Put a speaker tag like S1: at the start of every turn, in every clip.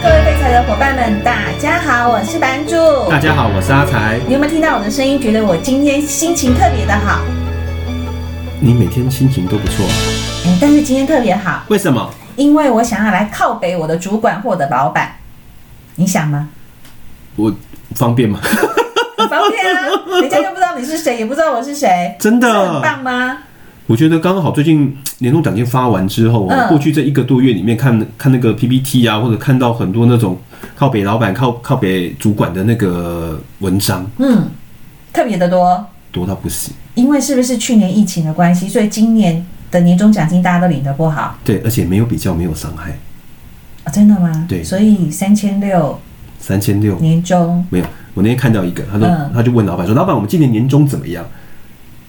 S1: 的伙伴们，大家好，我是版主。
S2: 大家好，我是阿才。
S1: 你有没有听到我的声音？觉得我今天心情特别的好，
S2: 你每天心情都不错，
S1: 嗯但是今天特别好，
S2: 为什么？
S1: 因为我想要来靠北我的主管或我的老板。你想吗？
S2: 我方便吗？
S1: 很方便啊，人家又不知道你是谁，也不知道我是谁，
S2: 真
S1: 这很
S2: 的，
S1: 棒吗？
S2: 我觉得刚好最近年终奖金发完之后，
S1: 嗯
S2: 过去这一个多月里面看看那个 PPT 啊，或者看到很多那种靠北老板、靠靠北主管的那个文章，
S1: 嗯，特别的多，
S2: 多到不行。
S1: 因为是不是去年疫情的关系，所以今年的年终奖金大家都领得不好。
S2: 对，而且没有比较，没有伤害。
S1: 啊，真的吗？
S2: 对
S1: 所以三千六
S2: 三千六
S1: 年终，
S2: 没有。我那天看到一个，他说、
S1: 嗯
S2: 他就问老板说：“老板，我们今年年终怎么样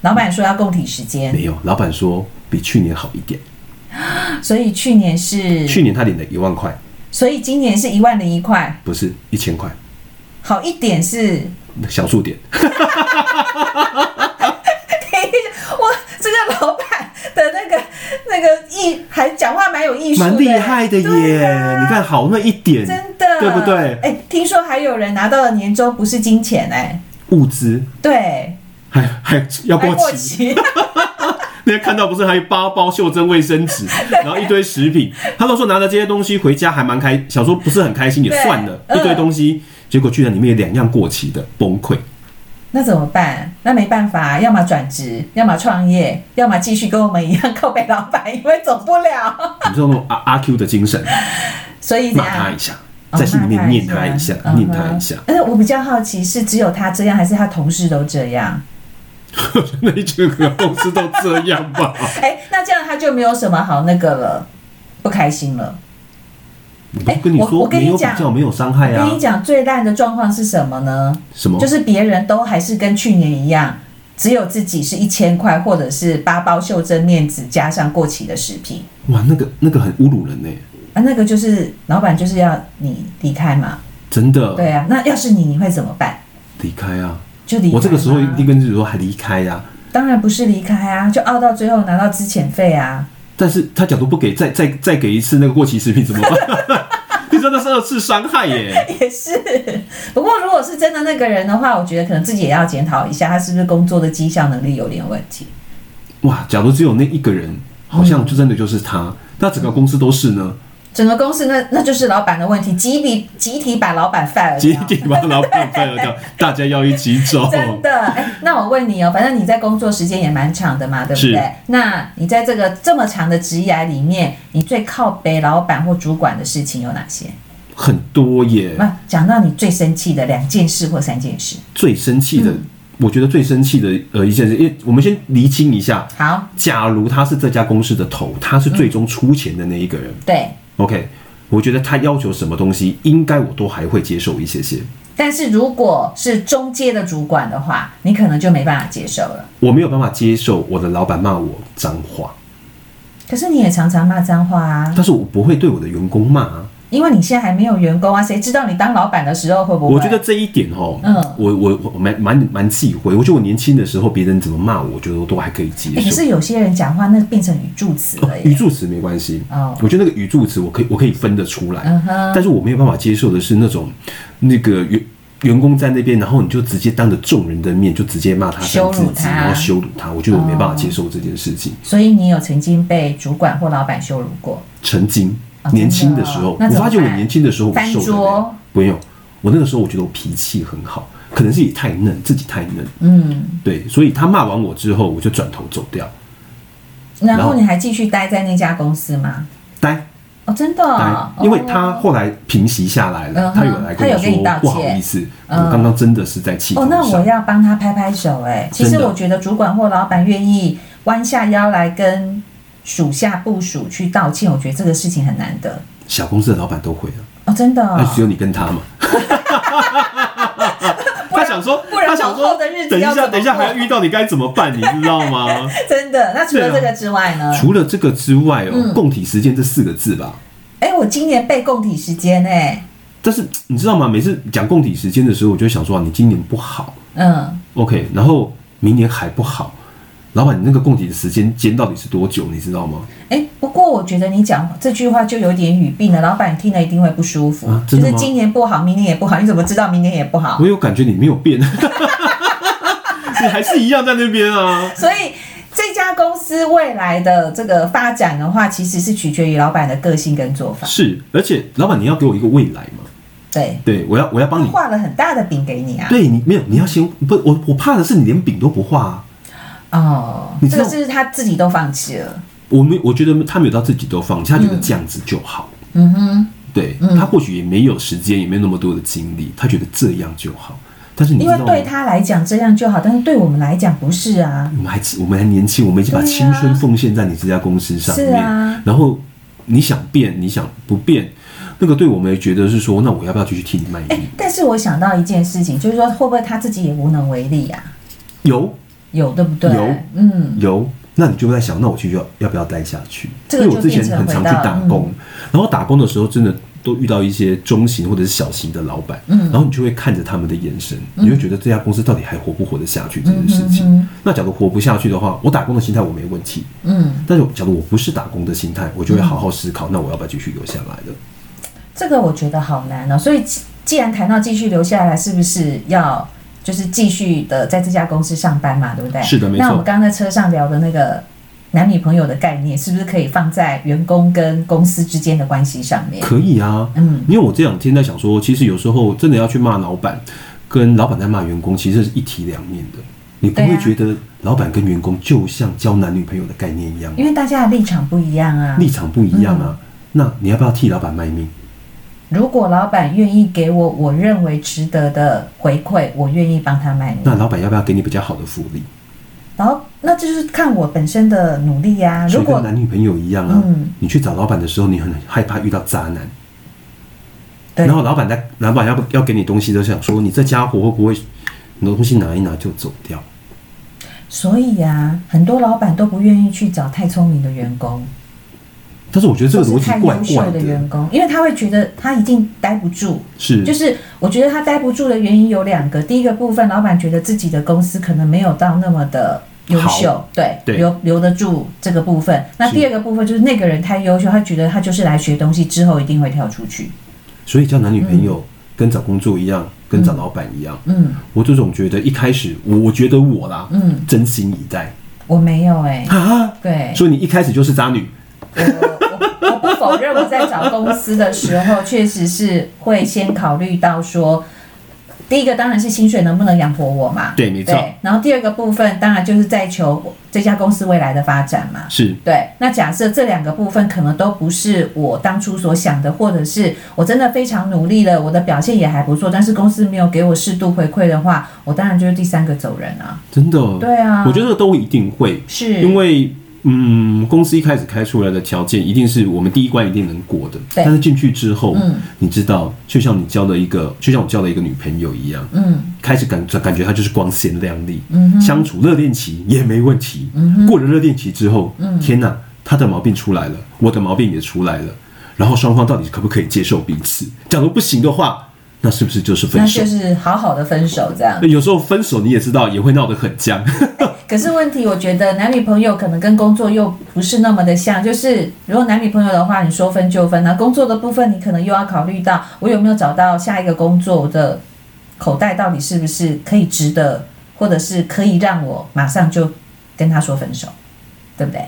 S1: 老板说要共体时？”间，
S2: 没有，老板说比去年好一点。
S1: 所以去年是，
S2: 去年他领了一万块，
S1: 所以今年是一万零一块，
S2: 不是一千块，
S1: 好一点是，
S2: 小数点。
S1: 等一下，哇，这个老板的那个那个艺还讲话蛮有艺哎术的，
S2: 蛮厉害的
S1: 对
S2: 耶！
S1: 啊
S2: 你看，好那一点，
S1: 真的，
S2: 对不对
S1: 哎、听说还有人拿到了年终不是金钱、哎，
S2: 物资
S1: 对，
S2: 还还要过
S1: 还过
S2: 期。
S1: 期，
S2: 那天看到不是还有八包袖珍卫 生纸，然后一堆食品。他都说拿着这些东西回家还蛮开，想说不是很开心也
S1: 对
S2: 算了，
S1: 嗯
S2: 一堆东西，结果居然里面有两样过期的，崩 溃。
S1: 那怎么办？那没办法，啊要么转职，要么创业，要么继续跟我们一样靠北老板，因为走不了，
S2: 你知道那种阿阿 Q 的精神，
S1: 所以怎
S2: 骂他
S1: 样
S2: 一？下，
S1: 啊哦
S2: 在心里面念他
S1: 骂
S2: 一下，
S1: 嗯哼
S2: 念他一下，
S1: 但是我比较好奇，是只有他这样，还是他同事都这样？
S2: 那一整个公司都这样吧？
S1: 哎、那这样他就没有什么好那个了，不开心了。
S2: 我不是跟你
S1: 我我
S2: 说
S1: 跟你
S2: 没有比
S1: 讲
S2: 较没有伤害
S1: 我跟
S2: 啊
S1: 你？讲，最烂的状况是什么呢？
S2: 什么
S1: 就？是别人都还是跟去年一样，只有自己是一千块，或者是八包袖珍面纸加上过期的食品
S2: 哇，那个那个很侮辱人欸呢，
S1: 啊，那个就是老板就是要你离开嘛。
S2: 真的
S1: 对啊，那要是你，你会怎么办？
S2: 离开啊！
S1: 就离开吗
S2: 我这个时候一定跟自己说还离开啊呀、
S1: 当然不是离开啊，就熬到最后拿到资遣费啊。
S2: 但是他假如不给，再再再给一次那个过期食品怎么办？ 你真的是二次伤害耶！
S1: 也是，不过如果是真的那个人的话，我觉得可能自己也要检讨一下，他是不是工作的绩效能力有点问题。
S2: 哇，假如只有那一个人，好像就真的就是他，那整个公司都是呢，
S1: 整个公司那那就是老板的问题，集体集体把老板 fire
S2: 集
S1: 掉。
S2: 体把老板 fire 掉，大家要一起走。
S1: 真的，哎、那我问你哦，反正你在工作时间也蛮长的嘛，对不
S2: 是
S1: 对？那你在这个这么长的职涯里面，你最靠北老板或主管的事情有哪些？
S2: 很多耶，
S1: 那讲到你最生气的两件事或三件事。
S2: 最生气的，我觉得最生气的呃一件事，因为我们先厘清一下，
S1: 好，
S2: 假如他是这家公司的头，他是最终出钱的那一个人、
S1: 对，
S2: o k 我觉得他要求什么东西，应该我都还会接受一些些。
S1: 但是如果是中阶的主管的话，你可能就没办法接受了。
S2: 我没有办法接受我的老板骂我脏话，
S1: 可是你也常常骂脏话啊，
S2: 但是我不会对我的员工骂、啊。
S1: 因为你现在还没有员工啊，谁知道你当老板的时候会不会？
S2: 我觉得这一点哦，
S1: 嗯
S2: 我我我蛮蛮蛮忌讳。我觉得我年轻的时候别人怎么骂我，我觉得我都还可以接
S1: 哎，可
S2: 受。哦
S1: 是有些人讲话那变成语助词了
S2: 语
S1: 耶。
S2: 助词没关系，
S1: 哦
S2: 我觉得那个语助词我可以我可以分得出来，
S1: 嗯哼
S2: 但是我没有办法接受的是那种那个员员工在那边，然后你就直接当着众人的面就直接骂他
S1: 羞
S2: 三
S1: 辱
S2: 字经，
S1: 他
S2: 然后羞辱他，我觉得我没办法
S1: 哦
S2: 接受这件事情。
S1: 所以你有曾经被主管或老板羞辱过？
S2: 曾经
S1: 哦
S2: 年轻的时候，
S1: 真的哦那
S2: 我
S1: 怎么
S2: 发觉我
S1: 办
S2: 年轻的时候我
S1: 翻
S2: 受得
S1: 桌
S2: 了，不用。我那个时候我觉得我脾气很好，可能是也太嫩，自己太嫩，
S1: 嗯，
S2: 对，所以他骂完我之后，我就转头走掉，
S1: 然
S2: 然
S1: 后
S2: 后
S1: 你还继续待在那家公司吗？
S2: 呆
S1: 哦，真的
S2: 呆
S1: 哦、，
S2: 哎因为他后来平息下来
S1: 嗯
S2: 了，
S1: 哼
S2: 他有来跟我
S1: 他有跟你
S2: 说
S1: 道歉
S2: 不好意思，
S1: 嗯
S2: 我刚刚真的是在气头
S1: 哦，那我
S2: 上，
S1: 要帮他拍拍手哎、其实
S2: 真的
S1: 我觉得主管或老板愿意弯下腰来跟属下部署去道歉，我觉得这个事情很难得
S2: 小公司的老板都会啊，
S1: 哦，真的、
S2: 那只
S1: 哦。
S2: 有你跟他嘛。他想说，
S1: 不然
S2: 他想
S1: 往
S2: 说
S1: 后的日子，
S2: 等一
S1: 要怎
S2: 下，
S1: 么
S2: 等一下
S1: 过
S2: 还要遇到你该怎么办，你知道吗？
S1: 真的。那除了
S2: 对
S1: 这
S2: 啊
S1: 个之外呢？
S2: 除了这个之外哦
S1: 嗯，
S2: 共体时间这四个字吧，
S1: 哎、我今年被供体时间哎、
S2: 但是你知道吗？每次讲供体时间的时候，我就会想说啊，你今年不好
S1: 嗯，
S2: ，OK，然后明年还不好，老板，你那个供给的时间间到底是多久，你知道吗？
S1: 哎，不过我觉得你讲这句话就有点语病了，老板听了一定会不舒服。
S2: 啊
S1: 就
S2: 真的
S1: 是
S2: 吗
S1: 今年不好，明年也不好，你怎么知道明年也不好？
S2: 我有感觉你没有变， 你还是一样在那边啊。
S1: 所以这家公司未来的这个发展的话，其实是取决于老板的个性跟做法。
S2: 是，而且老板，你要给我一个未来嘛？
S1: 对，
S2: 对，我要我要
S1: 他
S2: 帮你。
S1: 画了很大的饼给你啊。
S2: 对你没有，你要先不，我我怕的是你连饼都不画啊。
S1: 哦
S2: 你，
S1: 这
S2: 知道
S1: 个是他自己都放弃了。
S2: 我没，我觉得他没有到自己都放弃，他觉得这样子就好。
S1: 嗯哼，
S2: 对、
S1: 嗯
S2: 他或许也没有时间，也没有那么多的精力，他觉得这样就好。但是你
S1: 因
S2: 知
S1: 为
S2: 道吗？
S1: 对他来讲这样就好，但是对我们来讲不是啊。
S2: 我们还我们还年轻，我们已经把
S1: 对啊
S2: 青春奉献在你这家公司上面。
S1: 是啊
S2: 然后你想变，你想不变，那个对我们也觉得是说，那我要不要继续替你卖力？
S1: 哎，但是我想到一件事情，就是说会不会他自己也无能为力啊？
S2: 有
S1: 有对不对？
S2: 有
S1: 嗯，
S2: 有，那你就会在想，那我去要要不要待下去？
S1: 这个
S2: 因为
S1: 就
S2: 我之前
S1: 变成
S2: 很常
S1: 回
S2: 去
S1: 到嗯
S2: 打工，然后打工的时候真的。都遇到一些中型或者是小型的老板，
S1: 嗯
S2: 然后你就会看着他们的眼神，你会觉得这家公司到底还活不活得下去这件事情。
S1: 嗯哼
S2: 那假如活不下去的话，我打工的心态我没问题，
S1: 嗯，
S2: 但是假如我不是打工的心态，我就会好好思考，那我要不要继续留下来的？
S1: 这个我觉得好难哦。所以既既然谈到继续留下来，是不是要就是继续的在这家公司上班嘛？对不对？
S2: 是的没错
S1: 那我们刚刚在车上聊的那个男女朋友的概念，是不是可以放在员工跟公司之间的关系上面？
S2: 可以啊，
S1: 嗯，
S2: 因为我这两天在想说，其实有时候真的要去骂老板，跟老板在骂员工，其实是一体两面的。你不
S1: 对
S2: 会
S1: 啊
S2: 觉得老板跟员工就像交男女朋友的概念一样，
S1: 因为大家的立场不一样啊。嗯
S2: 立场不一样啊。那你要不要替老板卖命？
S1: 如果老板愿意给我我认为值得的回馈，我愿意帮他卖力。
S2: 那老板要不要给你比较好的福利？
S1: 然后那这就是看我本身的努力啊呀、
S2: 所
S1: 如
S2: 以跟
S1: 果
S2: 男女朋友一样啊，
S1: 嗯
S2: 你去找老板的时候，你很害怕遇到渣男，
S1: 对
S2: 然后老板在老板要不要给你东西，都想说你这家伙会不会，你的东西拿一拿就走掉？
S1: 所以呀、很多老板都不愿意去找太聪明的员工，
S2: 但是我觉得这个
S1: 或
S2: 逻
S1: 是
S2: 辑
S1: 太
S2: 怪
S1: 优
S2: 怪
S1: 秀的员工，因为他会觉得他一定待不住。
S2: 是
S1: 就是我觉得他待不住的原因有两个，第一个部分，老板觉得自己的公司可能没有到那么的。优秀，对，
S2: 对
S1: 留留得住这个部分。那
S2: 是
S1: 第二个部分就是那个人太优秀，他觉得他就是来学东西，之后一定会跳出去。
S2: 所以交男女朋友跟找工作一样，跟找老板一样，
S1: 嗯
S2: 我就总觉得一开始，我我觉得我啦，
S1: 嗯，
S2: 真心以待
S1: 我没有哎、
S2: 啊，
S1: 对，
S2: 所以你一开始就是渣女，
S1: 我我我不否认，我在找公司的时候，确实是会先考虑到说，第一个当然是薪水能不能养活我嘛，
S2: 对没错
S1: 然后第二个部分当然就是在求这家公司未来的发展嘛。
S2: 是
S1: 对，那假设这两个部分可能都不是我当初所想的，或者是我真的非常努力了，我的表现也还不错，但是公司没有给我适度回馈的话，我当然就是第三个走人啊。
S2: 真的，
S1: 对啊，
S2: 我觉得都一定会，
S1: 是
S2: 因为。嗯，公司一开始开出来的条件一定是我们第一关一定能过的，
S1: 对
S2: 但是进去之后，
S1: 嗯
S2: 你知道，就像你交了一个，就像我交了一个女朋友一样，
S1: 嗯
S2: 开始感感觉她就是光鲜亮丽，
S1: 嗯哼嗯
S2: 相处热恋期也没问题。过了热恋期之后，天哪，他的毛病出来了，我的毛病也出来了，然后双方到底可不可以接受彼此？假如不行的话，那是不是就是
S1: 那
S2: 分手
S1: 就？是好好的分手这样。
S2: 有时候分手你也知道也会闹得很僵，
S1: 可是问题，我觉得男女朋友可能跟工作又不是那么的像。就是如果男女朋友的话，你说分就分那工作的部分，你可能又要考虑到我有没有找到下一个工作，我的口袋到底是不是可以值得，或者是可以让我马上就跟他说分手，对不对？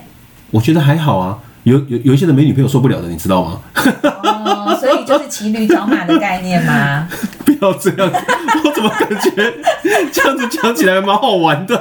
S2: 我觉得还好啊。有有有一些人没女朋友受不了的，你知道吗？
S1: 哦，所以就是骑驴找马的概念吗？
S2: 不要这样， 我怎么感觉 这样子讲起来蛮好玩的？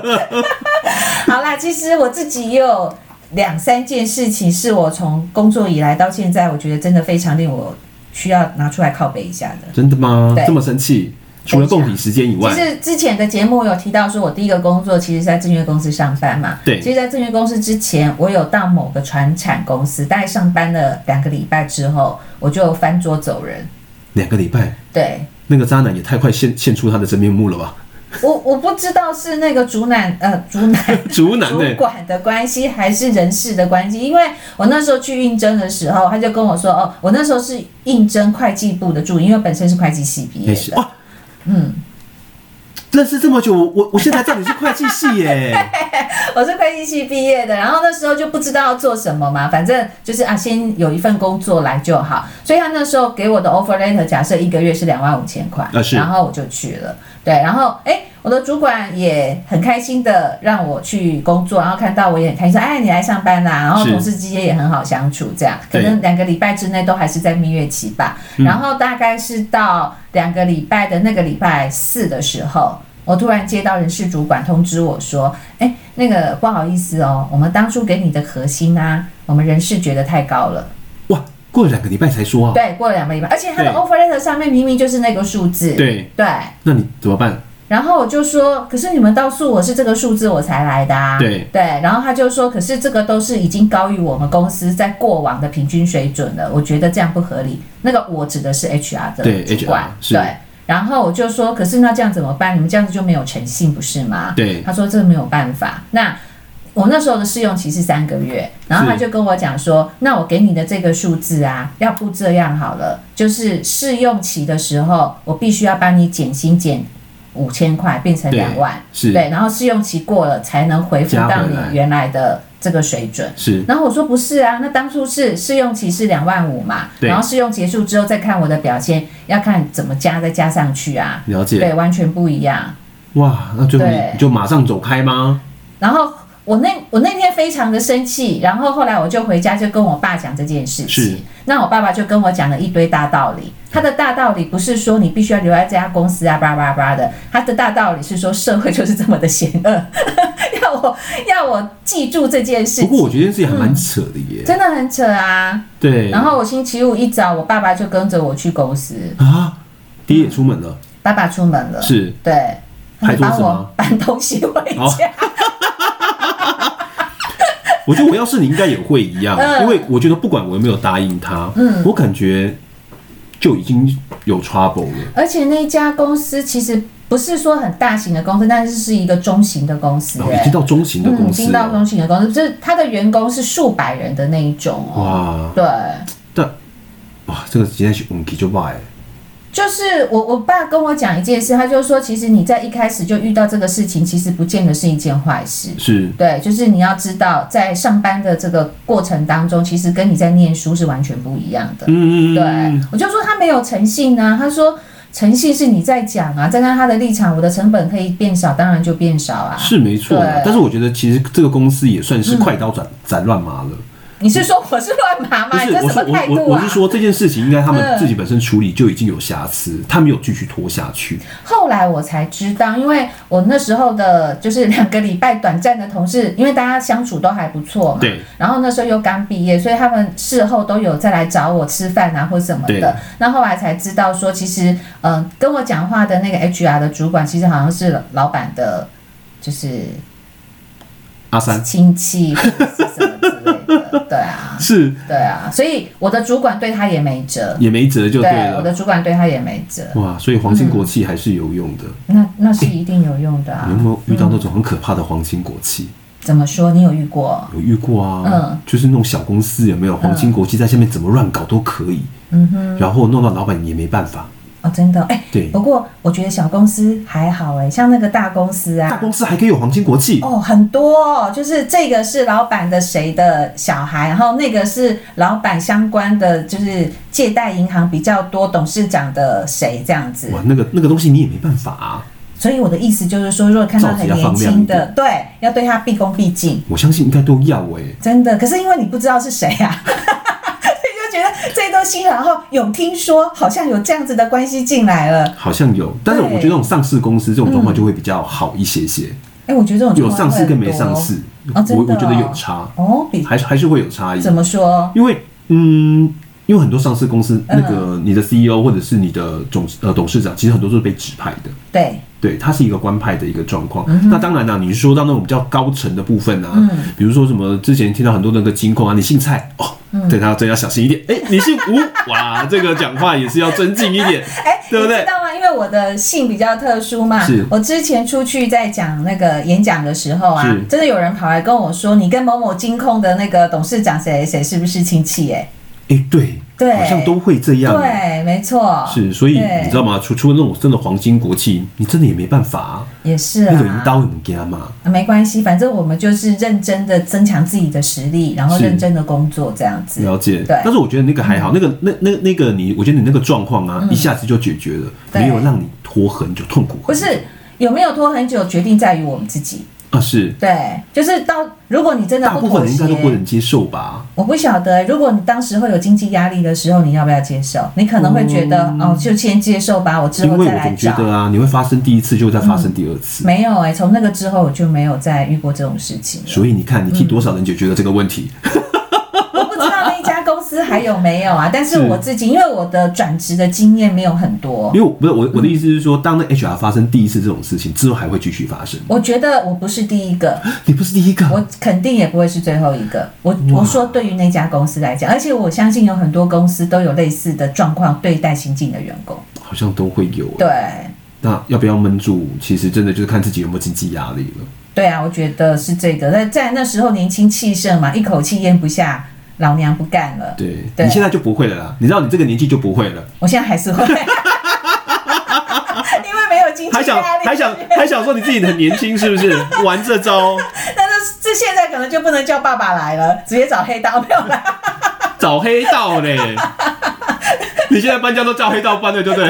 S1: 好啦，其实我自己也有两三件事情是我从工作以来到现在，我觉得真的非常令我需要拿出来靠背一下的。
S2: 真的吗
S1: 对？
S2: 这么生气？除了
S1: 等一
S2: 共
S1: 下
S2: 体时间以
S1: 其
S2: 外，
S1: 实之前的节目有提到说，我第一个工作其实是在证券公司上班嘛。
S2: 对
S1: 其实，在证券公司之前，我有到某个船产公司，大概上班了两个礼拜之后，我就翻桌走人。
S2: 两个礼拜，
S1: 对
S2: 那个渣男也太快现现出他的真面目 了吧？
S1: 我，我不知道是那个主男呃主男
S2: 竹男呢、
S1: 主管的关系还是人事的关系，因为我那时候去应征的时候，他就跟我说，哦，我那时候是应征会计部的助理，因为我本身是会计系毕业
S2: 也是
S1: 的。
S2: 哇，
S1: 嗯，
S2: 哎认识这么久，我我我现在知道你是会计系 耶、
S1: 我是会计系毕业的，然后那时候就不知道要做什么嘛，反正就是啊，先有一份工作来就好。所以他那时候给我的 offer letter 假设一个月是两万五千块
S2: 啊，是
S1: 然后我就去了。对，然后哎，我的主管也很开心的让我去工作，然后看到我也很开心，说哎，你来上班啦、然后
S2: 是
S1: 同事之间也很好相处，这样可
S2: 对嗯
S1: 能两个礼拜之内都还是在蜜月期吧。然后大概是到两个礼拜的那个礼拜四的时候，我突然接到人事主管通知我说：“哎，那个不好意思哦，我们当初给你的核心啊，我们人事觉得太高了。
S2: 哇，过了两个礼拜才说啊，
S1: 对，过了两个礼拜，而且他的
S2: 对
S1: offer letter 上面明明就是那个数字。
S2: 对，
S1: 对
S2: 那你怎么办？
S1: 然后我就说，可是你们告诉我是这个数字我才来的啊。
S2: 对
S1: 对，然后他就说，可是这个都是已经高于我们公司在过往的平均水准了，我觉得这样不合理。那个我指的是 HR 的
S2: 对
S1: 主管
S2: HR 是
S1: 对。然后我就说，可是那这样怎么办？你们这样子就没有诚信，不是吗？
S2: 对
S1: 他说这没有办法。那我那时候的试用期是三个月，然后他
S2: 是
S1: 就跟我讲说，那我给你的这个数字啊，要不这样好了，就是试用期的时候，我必须要帮你减薪减五千块，变成
S2: 对
S1: 两万，
S2: 是
S1: 对，然后试用期过了才能回复
S2: 加回
S1: 到你
S2: 来
S1: 原来的这个水准。
S2: 是
S1: 然后我说不是啊，那当初是试用期是两万五嘛，
S2: 对
S1: 然后试用结束之后再看我的表现，要看怎么加再加上去啊，
S2: 了解
S1: 对，完全不一样。
S2: 哇，那最后
S1: 对
S2: 你你就马上走开吗？
S1: 然后我那我那天非常的生气，然后后来我就回家就跟我爸讲这件事
S2: 是
S1: 情。那我爸爸就跟我讲了一堆大道理。他的大道理不是说你必须要留在这家公司啊，叭叭叭的。他的大道理是说社会就是这么的险恶， 要我要我记住这件事
S2: 不过我
S1: 情，
S2: 觉得这件事情还
S1: 嗯
S2: 蛮扯的耶，
S1: 真的很扯啊。
S2: 对，
S1: 然后我星期五一早，我爸爸就跟着我去公司，
S2: 啊，爹也出门了，
S1: 爸爸出门了，
S2: 是
S1: 对，他
S2: 拍
S1: 就
S2: 桌
S1: 帮
S2: 子吗
S1: 我搬东西回家。
S2: 哦我觉得我要是你，应该也会一样，
S1: 嗯
S2: 因为我觉得不管我有没有答应他，嗯，我感觉就已经有 trouble 了。
S1: 而且那家公司其实不是说很大型的公司，但是是一个中型的公司、
S2: 然
S1: 欸，
S2: 哦后已经到中型的
S1: 嗯，
S2: 公
S1: 已
S2: 司
S1: 经到
S2: 了，
S1: 中型的公司，就是它的员工是数百人的那一种哦。
S2: 哇
S1: 对，
S2: 哇，这个今天是运气就坏了，
S1: 就是我我爸跟我讲一件事，他就说，其实你在一开始就遇到这个事情，其实不见得是一件坏事。
S2: 是
S1: 对，就是你要知道，在上班的这个过程当中，其实跟你在念书是完全不一样的。
S2: 嗯，
S1: 对，我就说他没有诚信呢、他说诚信是你在讲啊，站在他的立场，我的成本可以变少，当然就变少啊。
S2: 是没错啦
S1: 对。
S2: 但是我觉得其实这个公司也算是快刀斩斩乱麻了，
S1: 你是说我是乱麻
S2: 不
S1: 吗？
S2: 是
S1: 你嗯哎这
S2: 我
S1: 什么
S2: 说
S1: 态
S2: 我我
S1: 度
S2: 我
S1: 啊
S2: 是？说这件事情应该他
S1: 嗯
S2: 们自己本身处理就已经有瑕疵，他没有继续拖下去，
S1: 后来我才知道，因为我那时候的就是两个礼拜短暂的同事，因为大家相处都还不错嘛。
S2: 对。
S1: 然后那时候又刚毕业，所以他们事后都有再来找我吃饭啊或什么
S2: 对
S1: 的。那后来才知道说，其实嗯、呃跟我讲话的那个 HR 的主管，其实好像是老板的，就是
S2: 阿三
S1: 亲戚或者是什么之类的。对啊，
S2: 是
S1: 对啊，所以我的主管对他也没辙。
S2: 也没辙就对
S1: 我
S2: 了，
S1: 的主管对他也没辙，
S2: 哇，所以皇亲国戚还是有用的。
S1: 那那是一定有用的
S2: 你有
S1: 啊。
S2: 没有遇到那种很可怕的皇亲国戚？
S1: 怎么说？你有遇过？
S2: 有遇过啊，
S1: 嗯
S2: 就是那种小公司有没有皇亲国戚在下面怎么乱搞都可以，
S1: 嗯哼，
S2: 然后弄到老板也没办法。
S1: 哦，真的，哎、
S2: 对
S1: 不过我觉得小公司还好、哎，像那个大公司
S2: 大
S1: 啊，
S2: 公司还可以有皇亲国戚，
S1: 哦，很多、哦，就是这个是老板的谁的小孩，然后那个是老板相关的，就是借贷银行比较多，董事长的谁这样子。
S2: 哇，那个那个东西你也没办法啊。
S1: 所以我的意思就是说，如果看到很年轻
S2: 造
S1: 的，对，要对他毕恭毕敬，
S2: 我相信应该都要哎、
S1: 真的。可是因为你不知道是谁啊。 所以就觉得这都新，然后有听说好像有这样子的关系进来了，
S2: 好像有，但是我
S1: 对
S2: 觉得这种上市公司这种状况就会比较好一些些，
S1: 哎、我觉得这种
S2: 有
S1: 状况
S2: 上市
S1: 会
S2: 跟
S1: 很
S2: 没上
S1: 多
S2: 市，
S1: 哦真
S2: 我
S1: 的
S2: 我觉得
S1: 哦
S2: 有差，
S1: 哦，比
S2: 还是还是会有差异
S1: 怎。么说？
S2: 因为嗯，因为很多上市公司
S1: 嗯
S2: 那个你的 CEO 或者是你的总呃董事长，其实很多都是被指派的。
S1: 对，
S2: 对，它是一个官派的一个状况。
S1: 嗯
S2: 那当然啦、你说到那种比较高层的部分啊，比如说什么之前听到很多那个金控啊，你姓蔡哦，
S1: 嗯
S2: 对他真要小心一点。哎、你姓吴，哇，这个讲话也是要尊敬一 点，
S1: 哎，
S2: 对不
S1: 你
S2: 对
S1: 知？道吗？因为我的姓比较特殊嘛
S2: 是，
S1: 我之前出去在讲那个演讲的时候啊
S2: 是，
S1: 真的有人跑来跟我说，你跟某某金控的那个董事长谁谁谁是不是亲戚、哎，
S2: 哎、对，
S1: 对
S2: 好像都会这样。
S1: 对，没错，
S2: 是，所以
S1: 对
S2: 你知道吗？除除了那种真的黄金国企，你真的也没办法、啊，
S1: 也是
S2: 那种人
S1: 啦。
S2: 刀你给他嘛。
S1: 啊没关系，反正我们就是认真的增强自己的实力，然后
S2: 是
S1: 认真的工作这样子。
S2: 了解，
S1: 对嗯
S2: 但是我觉得那个还好，那个那那那个你，我觉得你那个状况啊，一下子就解决了，
S1: 对
S2: 没有让你拖很久、痛苦很久。
S1: 不是有没有拖很久，决定在于我们自己。
S2: 啊，是
S1: 对，就是到如果你真的
S2: 大
S1: 不
S2: 部分
S1: 妥
S2: 人
S1: 协
S2: 应该，都不能接受吧？
S1: 我不晓得、如果你当时会有经济压力的时候，你要不要接受？你可能会觉得、哦，就先接受吧，我之
S2: 嗯因
S1: 后
S2: 为
S1: 再
S2: 我
S1: 来
S2: 总觉
S1: 找。
S2: 得啊，你会发生第一次，就会再发生第二次。
S1: 没有哎、从那个之后我就没有再遇过这种事情了。
S2: 所以你看，你替多少人解决了这个问题？
S1: 嗯我不知道那一家公司还有没有啊，但是
S2: 是
S1: 我自己因为我的转职的经验没有很多，
S2: 因为我不是我我的意思是说，当那 HR 发生第一次这种事情之后，还会继续发生。
S1: 我觉得我不是第一个，
S2: 你不是第一个，
S1: 我肯定也不会是最后一个。我我说对于那家公司来讲，而且我相信有很多公司都有类似的状况对待新进的员工。
S2: 好像都会有。啊
S1: 对，
S2: 那要不要闷住？其实真的就是看自己有没有经济压力了。
S1: 对啊，我觉得是这个。那在那时候年轻气盛嘛，一口气咽不下，老娘不干了。
S2: 对
S1: 对
S2: 你现在就不会了啦，你知道你这个年纪就不会了，
S1: 我现在还是会， 因为没有经济
S2: 还想
S1: 压力，
S2: 还想还想说你自己很年轻是 不是？玩这招
S1: 但是这现在可能就不能叫爸爸来了，直接找黑道没有啦。
S2: 找黑道嘞！你现在搬家都叫黑道搬的，对不对？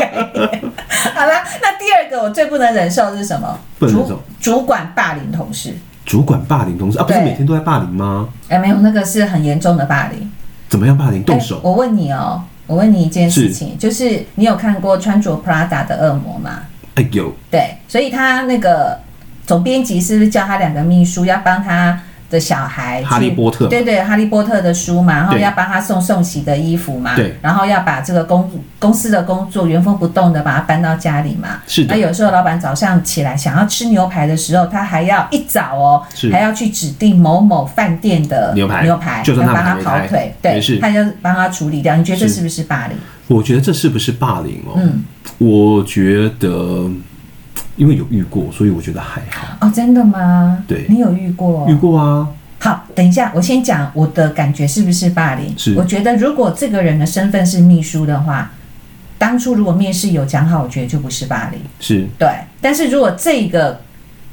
S1: 好啦，那第二个我最不能忍受的是什么？
S2: 不能忍
S1: 主
S2: 受
S1: 主管霸凌同事。
S2: 主管霸凌同事啊，不是
S1: 对
S2: 每天都在霸凌吗？
S1: 哎、没有，那个是很严重的霸凌。
S2: 怎么样霸凌？动手
S1: 哎、我问你哦，我问你一件事情，就是你有看过穿着 Prada 的恶魔吗？
S2: 哎有，
S1: 对，所以他那个总编辑是不是叫他两个秘书要帮他的小孩去
S2: 哈利波特
S1: 对对，哈利波特的书嘛，然后
S2: 对
S1: 要帮他送送洗的衣服嘛，
S2: 对
S1: 然后要把这个公公司的工作原封不动的把它搬到家里嘛。
S2: 是
S1: 那
S2: 的，
S1: 有时候老板早上起来想要吃牛排的时候，他还要一早哦
S2: 是，
S1: 还要去指定某某饭店的
S2: 牛排
S1: 牛排，
S2: 就算
S1: 要
S2: 他
S1: 帮他
S2: 买没
S1: 跑
S2: 开
S1: 腿，
S2: 没
S1: 对
S2: 事，
S1: 他就帮他处理掉。你觉得这
S2: 是
S1: 是不是霸凌？
S2: 我觉得这是不是霸凌哦？
S1: 嗯，
S2: 我觉得因为有遇过，所以我觉得还好。
S1: 哦，真的吗？
S2: 对
S1: 你有遇过？
S2: 遇过啊，
S1: 好，等一下，我先讲我的感觉是不是霸凌？
S2: 是
S1: 我觉得如果这个人的身份是秘书的话，当初如果面试有讲好，我觉得就不是霸凌。
S2: 是
S1: 对，但是如果这个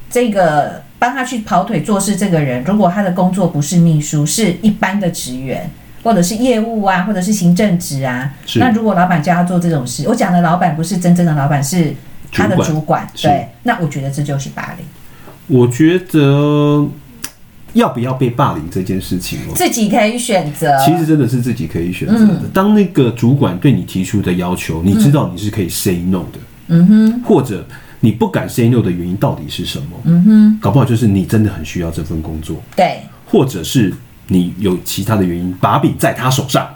S1: 这个帮他去跑腿做事这个人，如果他的工作不是秘书，是一般的职员。或者是业务啊，或者是行政职啊，
S2: 是
S1: 那如果老板叫他做这种事，我讲的老板不是真正的老板，是他的
S2: 主管
S1: 主管，
S2: 是
S1: 对，那我觉得这就是霸凌。
S2: 我觉得要不要被霸凌这件事情哦，
S1: 自己可以选择，
S2: 其实真的是自己可以选择的。
S1: 嗯
S2: 当那个主管对你提出的要求，你知道你是可以 say no 的，
S1: 嗯哼，
S2: 或者你不敢 say no 的原因到底是什么？
S1: 嗯哼，
S2: 搞不好就是你真的很需要这份工作，
S1: 对，
S2: 或者是你有其他的原因，把柄在他手上。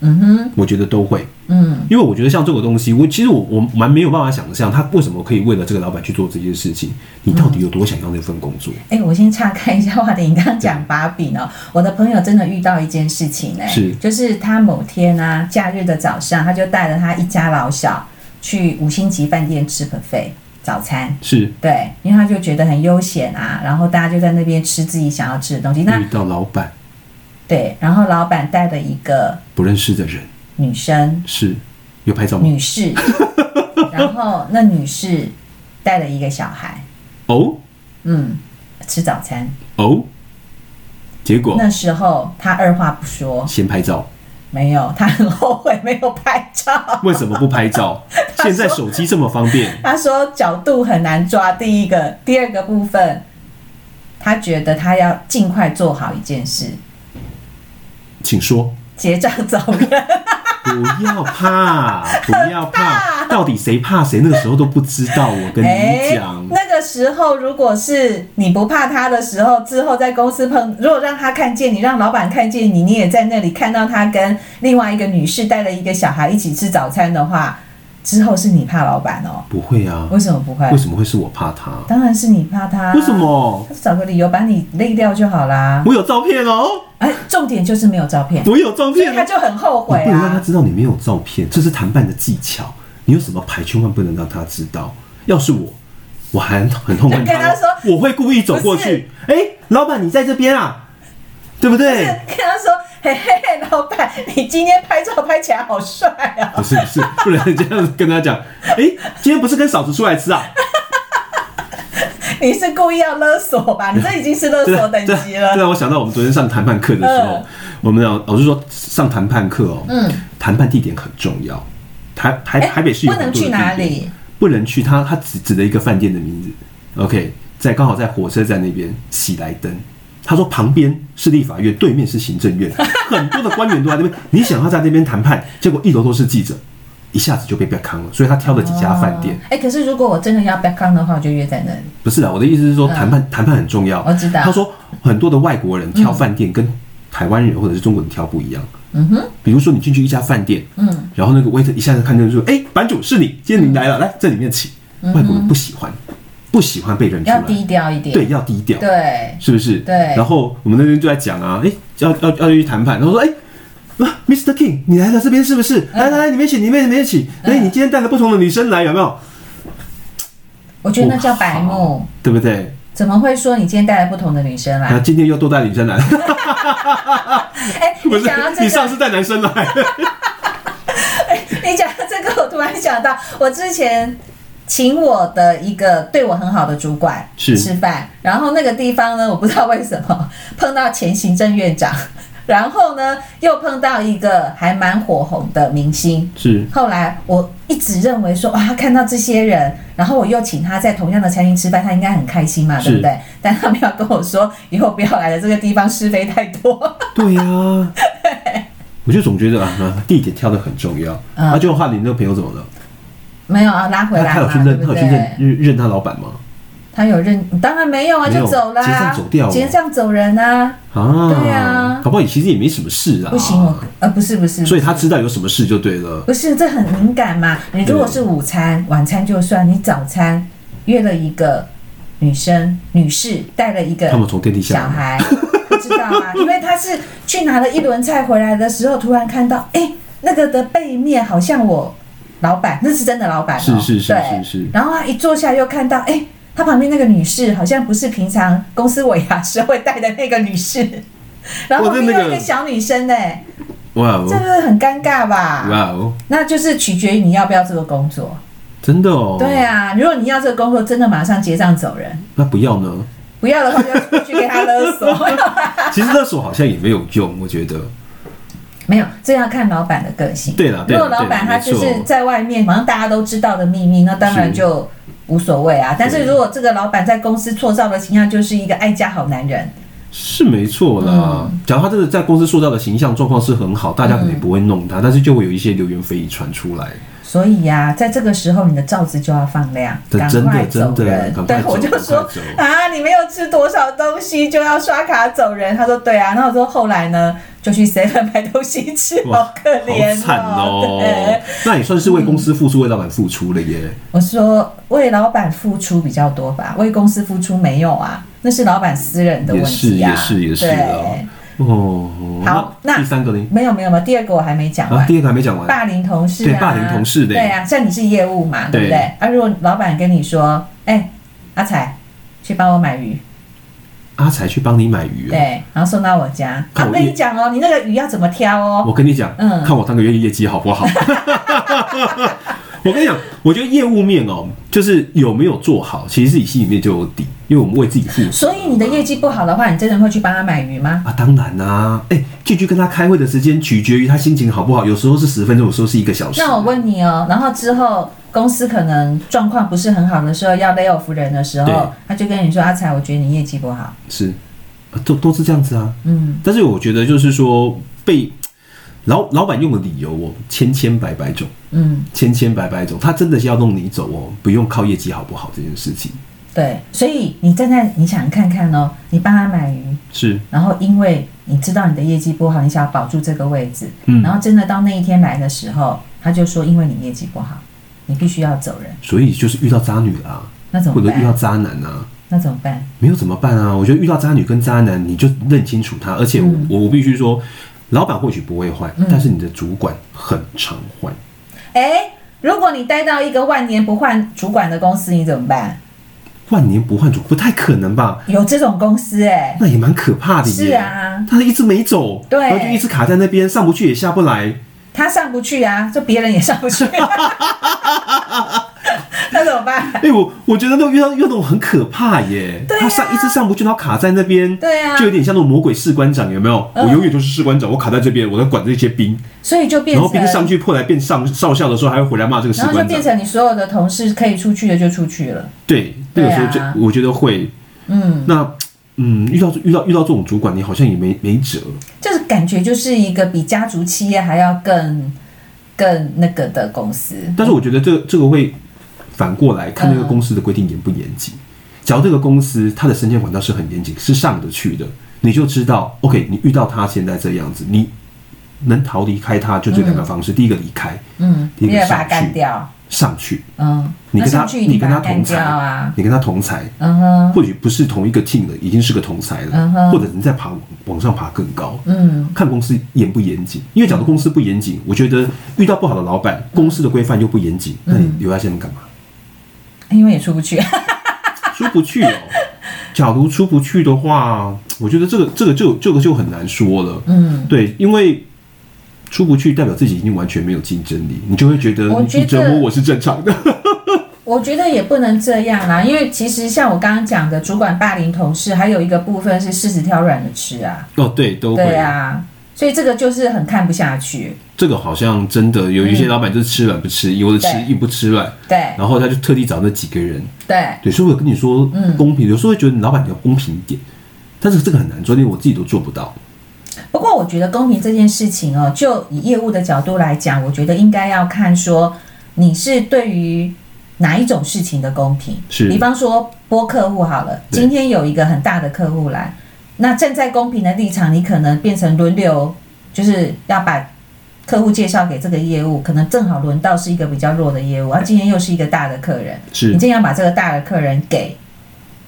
S1: 嗯哼，
S2: 我觉得都会，
S1: 嗯，
S2: 因为我觉得像这个东西，我其实我我蛮没有办法想象他为什么可以为了这个老板去做这件事情。你到底有多想要那份工作？
S1: 哎、我先岔开一下话题，你刚刚讲把柄哦，我的朋友真的遇到一件事情哎、
S2: 是
S1: 就是他某天啊，假日的早上，他就带了他一家老小去五星级饭店吃 buffet 早餐。
S2: 是
S1: 对，因为他就觉得很悠闲啊，然后大家就在那边吃自己想要吃的东西。那
S2: 遇到老板
S1: 对，然后老板带了一个
S2: 不认识的人，
S1: 女生
S2: 是有拍照吗？
S1: 女士，然后那女士带了一个小孩，
S2: 哦
S1: 嗯，吃早餐。
S2: 哦，结果
S1: 那时候他二话不说，
S2: 先拍照，
S1: 没有，他很后悔没有拍照。
S2: 为什么不拍 照？现在手机这么方便，
S1: 他说角度很难抓，第一个，第二个部分，他觉得他要尽快做好一件事，
S2: 请说。
S1: 结账走人。
S2: 不要怕，不要
S1: 啊
S2: 怕，到底谁怕谁？那个时候都不知道。我 跟你
S1: 哎
S2: 讲，
S1: 那个时候如果是你不怕他的时候，之后在公司碰，如果让他看见你，让老板看见你，你也在那里看到他跟另外一个女士带了一个小孩一起吃早餐的话，之后是你怕老板哦？
S2: 不会啊，
S1: 为什么不会
S2: 为？什么会是我怕他？
S1: 当然是你怕他。
S2: 为什？么？
S1: 他找个理由把你累掉就好啦。
S2: 我有照片哦，
S1: 哎，重点就是没有照片，
S2: 我有照
S1: 所以
S2: 片
S1: 他
S2: 哦。
S1: 就很后
S2: 你
S1: 悔
S2: 不能让他
S1: 啊。
S2: 知道你没有照片，这是谈判的技巧。你有什么牌，千万不能让他知道。要是我，我还很痛恨
S1: 就跟他说
S2: 我会故意走过去。哎、老板，你在这边啊，对不对？
S1: 跟他说：“嘿嘿嘿，老板，你今天拍照拍起来好帅啊！
S2: 不是不是，不能这样跟他讲。哎、今天不是跟嫂子出来吃啊？
S1: 你是故意要勒索吧？你这已经是
S2: 啊
S1: 勒索等级
S2: 这
S1: 了。
S2: 啊让我想到我们昨天上谈判课的时候，
S1: 嗯
S2: 我们老老师说上谈判课哦，
S1: 嗯，
S2: 谈判地点很重要。台台
S1: 哎
S2: 台北市有
S1: 不
S2: 很
S1: 能
S2: 多的
S1: 去
S2: 地
S1: 哪
S2: 点，
S1: 里？
S2: 不能去他他指指的一个饭店的名字。OK，在刚好在火车站那边喜来登。他说旁边是立法院，对面是行政 院，很多的官员都在那边。你想要在那边谈判，结果一楼都是记者，一下子就被被坑了。所以他挑了几家饭店
S1: 哦。哎、可是如果我真的要 back on 的话，我就约在那里。
S2: 不是啊，我的意思是说，谈判谈判很重要。
S1: 嗯我知道
S2: 他说很多的外国人挑饭店跟台湾人或者是中国人挑不一样。
S1: 嗯哼，
S2: 比如说你进去一家饭店，
S1: 嗯，
S2: 然后那个 waiter 一下子看见说：“哎、版主是你，今天你来了，来这里面请。”外国人不喜欢，不喜欢被认出
S1: 嗯要
S2: 来，
S1: 低调一点。
S2: 对，要低调，
S1: 对
S2: 是不是？
S1: 对
S2: 然后我们那边就在讲啊，哎、要要要去谈判，然后说：“哎、啊，Mr. King，你来了这边是不是？
S1: 嗯
S2: 来来来，你们请，你们你们请。哎、你今天带了不同的女生来，有没有？
S1: 我觉得那叫白目。
S2: 对不对？
S1: 怎么会说你今天带来不同的女生
S2: 然后
S1: 来？
S2: 今天又多带女生来。”
S1: 哎、
S2: 不
S1: 你
S2: 是
S1: 讲到，这个
S2: 你上，次带男生来，
S1: 你讲到这个，我突然想到，我之前请我的一个对我很好的主管
S2: 是
S1: 吃饭，然后那个地方呢，我不知道为什么碰到前行政院长，然后呢又碰到一个还蛮火红的明星。
S2: 是
S1: 后来我一直认为说，哇，他看到这些人，然后我又请他在同样的餐厅吃饭，他应该很开心嘛，对不
S2: 是
S1: 对？但他们要跟我说，以后不要来了，这个地方是非太多。
S2: 对呀、我就总觉得啊，地点挑的很重要。
S1: 嗯
S2: 啊，就话你那个朋友怎么了？
S1: 没有啊，拉回
S2: 他
S1: 来
S2: 他有
S1: 嘛，
S2: 去
S1: 对
S2: 认，他
S1: 不
S2: 有去
S1: 对
S2: 认？认认他老板吗？
S1: 他有认，当然没有啊，
S2: 没有
S1: 就走啦，
S2: 结账走掉哦
S1: 结账走人啊，
S2: 啊，
S1: 对啊
S2: 搞不好其实也没什么事啊。
S1: 不行，我呃不是不是，
S2: 所以他知道有什么事就对了。
S1: 不是这很敏感嘛。你如果是午餐、晚餐就算，你早餐约了一个女生、女士，带了一个
S2: 他们从电梯下
S1: 小
S2: 来，
S1: 孩，不知道啊，因为他是去拿了一轮菜回来的时候，突然看到，哎、那个的背面好像我老板，那是真的老板、哦，
S2: 是是是
S1: 对
S2: 是是
S1: 然后他一坐下又看到，哎、他旁边那个女士好像不是平常公司尾牙时会带的那个女士，然后
S2: 哇
S1: 旁边
S2: 哦那那
S1: 又
S2: 个
S1: 一个小女生呢、哎
S2: 哇哦
S1: 这个很尴尬吧？
S2: 哇哦，
S1: 那就是取决于你要不要这个工作。
S2: 真的哦。
S1: 对，啊，如果你要这个工作，真的马上结账走人，
S2: 那不要呢？
S1: 不要的话就去给他勒 索。 啊
S2: 其实勒索好像也没有用，我觉得。
S1: 没有，这要看老板的个性。
S2: 对啦对
S1: 如
S2: 啦
S1: 果老板
S2: 对啦
S1: 他
S2: 没错
S1: 就是在外面，好像大家都知道的秘密，那当然
S2: 是
S1: 就无所谓啊。但是
S2: 对
S1: 如果这个老板在公司塑造的形象就是一个爱家好男人，
S2: 是没错啦，
S1: 嗯
S2: 假如他真的在公司塑造的形象状况是很好，大家可能也不会弄他，但是就会有一些流言蜚语传出来。
S1: 所以呀、在这个时候你的罩子就要放亮，
S2: 这
S1: 赶
S2: 真的
S1: 快走
S2: 真的
S1: 人。
S2: 赶快
S1: 对，
S2: 走
S1: 我就
S2: 赶快
S1: 说
S2: 走
S1: 啊，你没有吃多少东西就要刷卡走人。他说对啊，那我说后来呢，就去 seven 买东西吃，好可怜
S2: 好惨
S1: 哦。
S2: 哦
S1: 对，！
S2: 那也算是为公司付出、为老板付出了耶。
S1: 我说为老板付出比较多吧，为公司付出没有啊，那是老板私人的问
S2: 也是，
S1: 题啊。
S2: 也是，也是
S1: 对
S2: 啊，。哦，
S1: 好那
S2: 第三个呢？
S1: 没有没有没有，第二个我还没讲完。
S2: 啊，第二个还没讲完。
S1: 霸凌同事、啊，
S2: 对霸凌同事的
S1: 对啊，像你是业务嘛，对不
S2: 对
S1: 对？啊，如果老板跟你说，哎、阿彩，去帮我买鱼，
S2: 啊阿才去帮你买鱼啊！
S1: 对，然后送到我家。啊
S2: 看
S1: 我
S2: 我
S1: 跟你
S2: 业
S1: 讲哦，你那个鱼要怎么挑哦？
S2: 我跟你讲，
S1: 嗯
S2: 看我当个月业绩好不好？ 我跟你讲，我觉得业务面哦，就是有没有做好，其实自己心里面就有底，因为我们为自己付出。
S1: 所以你的业绩不好的话，你真的会去帮他买鱼吗？
S2: 啊，当然啦、哎、进去跟他开会的时间取决于他心情好不好，有时候是十分钟，有时候是一个小时。
S1: 那我问你哦，然后之后公司可能状况不是很好的时候，要 lay off 人的时
S2: 对
S1: 候，他就跟你说：“阿才，我觉得你业绩不好。
S2: 是，啊都都是这样子啊。”
S1: 嗯，
S2: 但是我觉得就是说被老老板用的理由哦，千千百百种，
S1: 嗯，
S2: 千千百百种，他真的是要弄你走哦，不用靠业绩好不好这件事情。
S1: 对。所以你站在你想看看哦，你帮他买鱼，
S2: 是，
S1: 然后因为你知道你的业绩不好，你想要保住这个位置，
S2: 嗯
S1: 然后真的到那一天来的时候，他就说：“因为你业绩不好，你必须要走人。
S2: 所以就是遇到渣女啦、”
S1: 那怎
S2: 或
S1: 么
S2: 者遇到
S1: 办？
S2: 渣男啊，
S1: 那怎么办？
S2: 没有怎么办啊？我觉得遇到渣女跟渣男，你就认清楚他，而且我、
S1: 嗯
S2: 我我必须说，老板或许不会坏，
S1: 嗯
S2: 但是你的主管很常换。
S1: 哎，如果你待到一个万年不换主管的公司，你怎么办？
S2: 万年不换主，不太可能吧？
S1: 有这种公司哎、
S2: 那也蛮可怕的耶。
S1: 是啊
S2: 他一直没走，
S1: 对
S2: 然后就一直卡在那边，上不去也下不来。
S1: 他上不去啊，就别人也上不去， 那怎么办？
S2: 哎、我我觉得那个遇到遇到那种很可怕耶，
S1: 对啊
S2: 他上一直上不去，然后卡在那边，
S1: 对啊嗯
S2: 就有点像那种魔鬼士官长，有没有？我永远就是士官长，我卡在这边，我在管这些兵，
S1: 所以就变
S2: 然后
S1: 成，
S2: 兵上去后来变上少校的时候，还会回来骂这个士
S1: 然后就
S2: 官长
S1: 变。成你所有的同事可以出去的就出去了，
S2: 对，那个时候就、
S1: 对啊
S2: 我觉得会，
S1: 嗯，
S2: 那嗯，遇到遇到遇到这种主管，你好像也没没辙。
S1: 就是感觉就是一个比家族企业还要更更那个的公司，
S2: 但是我觉得这这个会反过来看
S1: 嗯
S2: 这个公司的规定严不严谨。假如这个公司它的升迁管道是很严谨，是上得去的，你就知道，OK，你遇到他现在这样子，你能逃离开他就这两个方式：第一个离开，
S1: 嗯，你
S2: 一个
S1: 也把它
S2: 上去
S1: 干掉，
S2: 上去，
S1: 嗯，
S2: 你
S1: 那
S2: 跟他
S1: 上去一定
S2: 你跟
S1: 把
S2: 他
S1: 它
S2: 同
S1: 干
S2: 才
S1: 掉啊，，
S2: 你跟他同才，
S1: 嗯哼，
S2: 或许不是同一个 team 的，已经是个同才
S1: 嗯
S2: 了，
S1: 哼
S2: 或者你再爬往上爬更高。
S1: 嗯，
S2: 看公司严不严谨，因为假如公司不严谨，我觉得遇到不好的老板，公司的规范又不严谨，那你
S1: 嗯
S2: 留在这边干嘛？
S1: 因为也出不去，
S2: 出不去哦。假如出不去的话，我觉得这个这个就这个就很难说了。
S1: 嗯。
S2: 对，因为出不去代表自己已经完全没有竞争力，你就会觉得
S1: 我觉得
S2: 你你折磨我是正常 的。
S1: 我觉得也不能这样啦，因为其实像我刚刚讲的，主管霸凌同事，还有一个部分是狮子挑软的吃啊，
S2: 哦，对，都会。
S1: 对啊，所以这个就是很看不下去，
S2: 这个好像真的有一些老板就是吃软不吃硬，有的吃
S1: 对
S2: 硬不吃软，
S1: 嗯对
S2: 然后他就特地找那几个人。
S1: 对，
S2: 对，所以我跟你说，
S1: 嗯
S2: 公平，有时候会觉得你老板比较公平一点，但是这个很难做，因为我自己都做不到。
S1: 不过我觉得公平这件事情哦，就以业务的角度来讲，我觉得应该要看说你是对于哪一种事情的公平。
S2: 是
S1: 比方说播客户好了，
S2: 对
S1: 今天有一个很大的客户来，那站在公平的立场，你可能变成轮流，就是要把。客户介绍给这个业务，可能正好轮到是一个比较弱的业务，而啊今天又是一个大的客人，
S2: 是
S1: 你今天要把这个大的客人给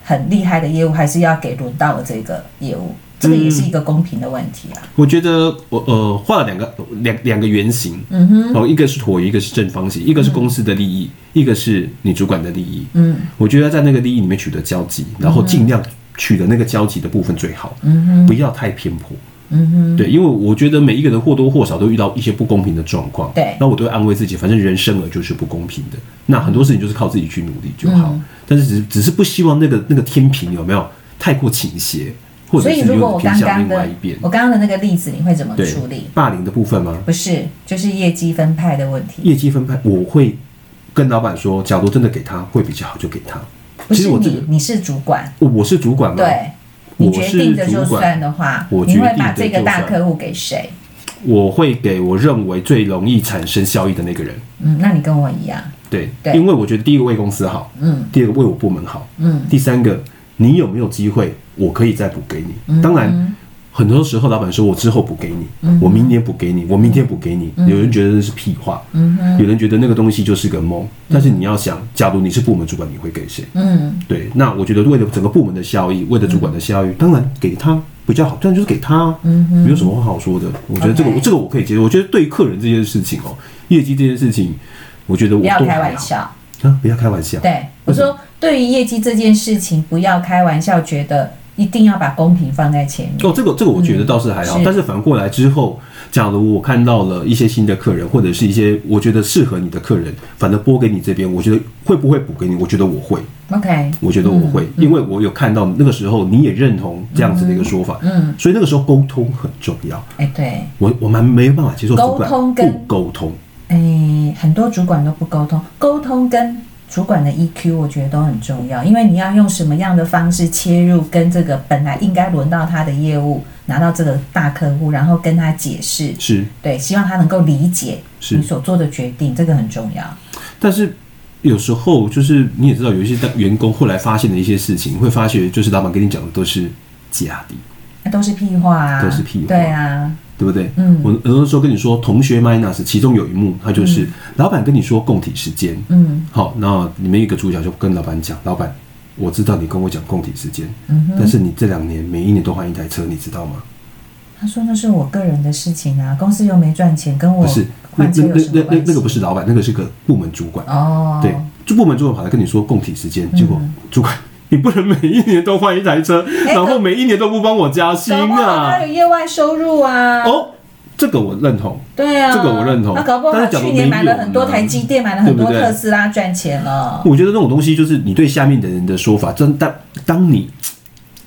S1: 很厉害的业务，还是要给轮到了这个业务？这个也是一个公平的问题啊。
S2: 我觉得我呃画了两个两两个圆形，嗯哼，哦，一个是椭圆，一个是正方形，一个是公司的利益，一个是你主管的利益。
S1: 嗯，
S2: 我觉得在那个利益里面取得交集，然后尽量取得那个交集的部分最好，
S1: 嗯哼，
S2: 不要太偏颇。
S1: 嗯哼，
S2: 对，因为我觉得每一个人或多或少都遇到一些不公平的状况，
S1: 对
S2: 那我都会安慰自己，反正人生而就是不公平的，那很多事情就是靠自己去努力就
S1: 嗯
S2: 好，但是只只是不希望那个那个天平有没有太过倾斜，或
S1: 所
S2: 者
S1: 以
S2: 是
S1: 如
S2: 有
S1: 果我
S2: 点
S1: 刚
S2: 偏向
S1: 刚
S2: 另外
S1: 的
S2: 一边。
S1: 我刚刚的那个例子，你会怎么
S2: 对
S1: 处理？
S2: 霸凌的部分吗？
S1: 不是，就是业绩分派的问题，
S2: 业绩分派，我会跟老板说，假如真的给他会比较好，就给他。
S1: 不
S2: 其
S1: 是
S2: 实我这个
S1: 你，你是主管，
S2: 我我是主管嘛，
S1: 对，你
S2: 我
S1: 决
S2: 是
S1: 定的就
S2: 主管
S1: 算的话，
S2: 我
S1: 你
S2: 决
S1: 会
S2: 定
S1: 把
S2: 的
S1: 这个
S2: 就
S1: 大
S2: 算
S1: 客户给谁？
S2: 我会给我认为最容易产生效益的那个人。
S1: 嗯，那你跟我一样，
S2: 对，
S1: 对
S2: 因为我觉得第一个为公司好，
S1: 嗯
S2: 第二个为我部门好，
S1: 嗯
S2: 第三个你有没有机会，我可以再补给
S1: 嗯
S2: 你。当然，很多时候老板说我之后补给你，我明年补给你，我明天补给你，有人觉得这是屁话，
S1: 嗯哼，
S2: 有人觉得那个东西就是个蒙。但是你要想，假如你是部门主管，你会给谁？
S1: 嗯，
S2: 对，那我觉得为了整个部门的效益，为了主管的效益，当然给他比较好，当然就是给他啊，没有什么话好说的。我觉得这个
S1: 嗯 OK
S2: 这个我可以接受。我觉得对于客人这件事情哦，业绩这件事情，我觉得我
S1: 不要
S2: 都
S1: 开
S2: 还
S1: 玩
S2: 好
S1: 笑。
S2: 啊，不要开玩笑。
S1: 对，我说对于业绩这件事情，不要开玩笑，觉得一定要把公平放在前面。
S2: 哦，这个这个我觉得倒是还
S1: 嗯
S2: 好，
S1: 是
S2: 但是反过来之后，假如我看到了一些新的客人，或者是一些我觉得适合你的客人，反正拨给你这边，我觉得会不会补给你？我觉得我会，
S1: OK，
S2: 我觉得我会，因为我有看到那个时候你也认同这样子的一个说法，
S1: 嗯嗯，
S2: 所以那个时候沟通很重要。
S1: 哎，对，
S2: 我我蛮没有办法接受主
S1: 沟通
S2: 管
S1: 跟
S2: 不沟通，
S1: 哎，很多主管都不沟通，沟通跟主管的 EQ 我觉得都很重要，因为你要用什么样的方式切入，跟这个本来应该轮到他的业务拿到这个大客户，然后跟他解释，
S2: 是
S1: 对，希望他能够理解
S2: 是
S1: 你所做的决定，这个很重要。
S2: 但是有时候就是你也知道，有一些员工后来发现的一些事情，会发觉就是老板跟你讲的都是假的。
S1: 那都是屁话啊，
S2: 都是屁话
S1: 对啊，
S2: 对不对？
S1: 嗯
S2: 我有的时候跟你说，同学 minus，其中有一幕，他就是、老板跟你说共体时间，
S1: 嗯
S2: 好，那里面一个主角就跟老板讲，老板，我知道你跟我讲共体时间，
S1: 嗯哼。
S2: 但是你这两年每一年都换一台车，你知道吗？
S1: 他说那是我个人的事情啊，公司又没赚钱，跟我
S2: 不是，那
S1: 哦换
S2: 那
S1: 车有
S2: 那
S1: 什么
S2: 那
S1: 关
S2: 那
S1: 系？
S2: 那个不是老板，那个是个部门主管，
S1: 哦，嗯
S2: 对，就部门主管跑来跟你说共体时间，结果主管 你不能每一年都换一台车，
S1: 哎
S2: 然后
S1: 可
S2: 每一年都不帮我加薪
S1: 搞不好他
S2: 啊！
S1: 有业外收入啊。
S2: 哦，这个我认同，
S1: 对啊，
S2: 这个我认同
S1: 那搞不好
S2: 但
S1: 他
S2: 是假如
S1: 去年买了很多
S2: 没有呢
S1: 台积电，买了很
S2: 对
S1: 多
S2: 不对
S1: 特斯拉，赚钱了。
S2: 我觉得那种东西就是你对下面的人的说法，真当当你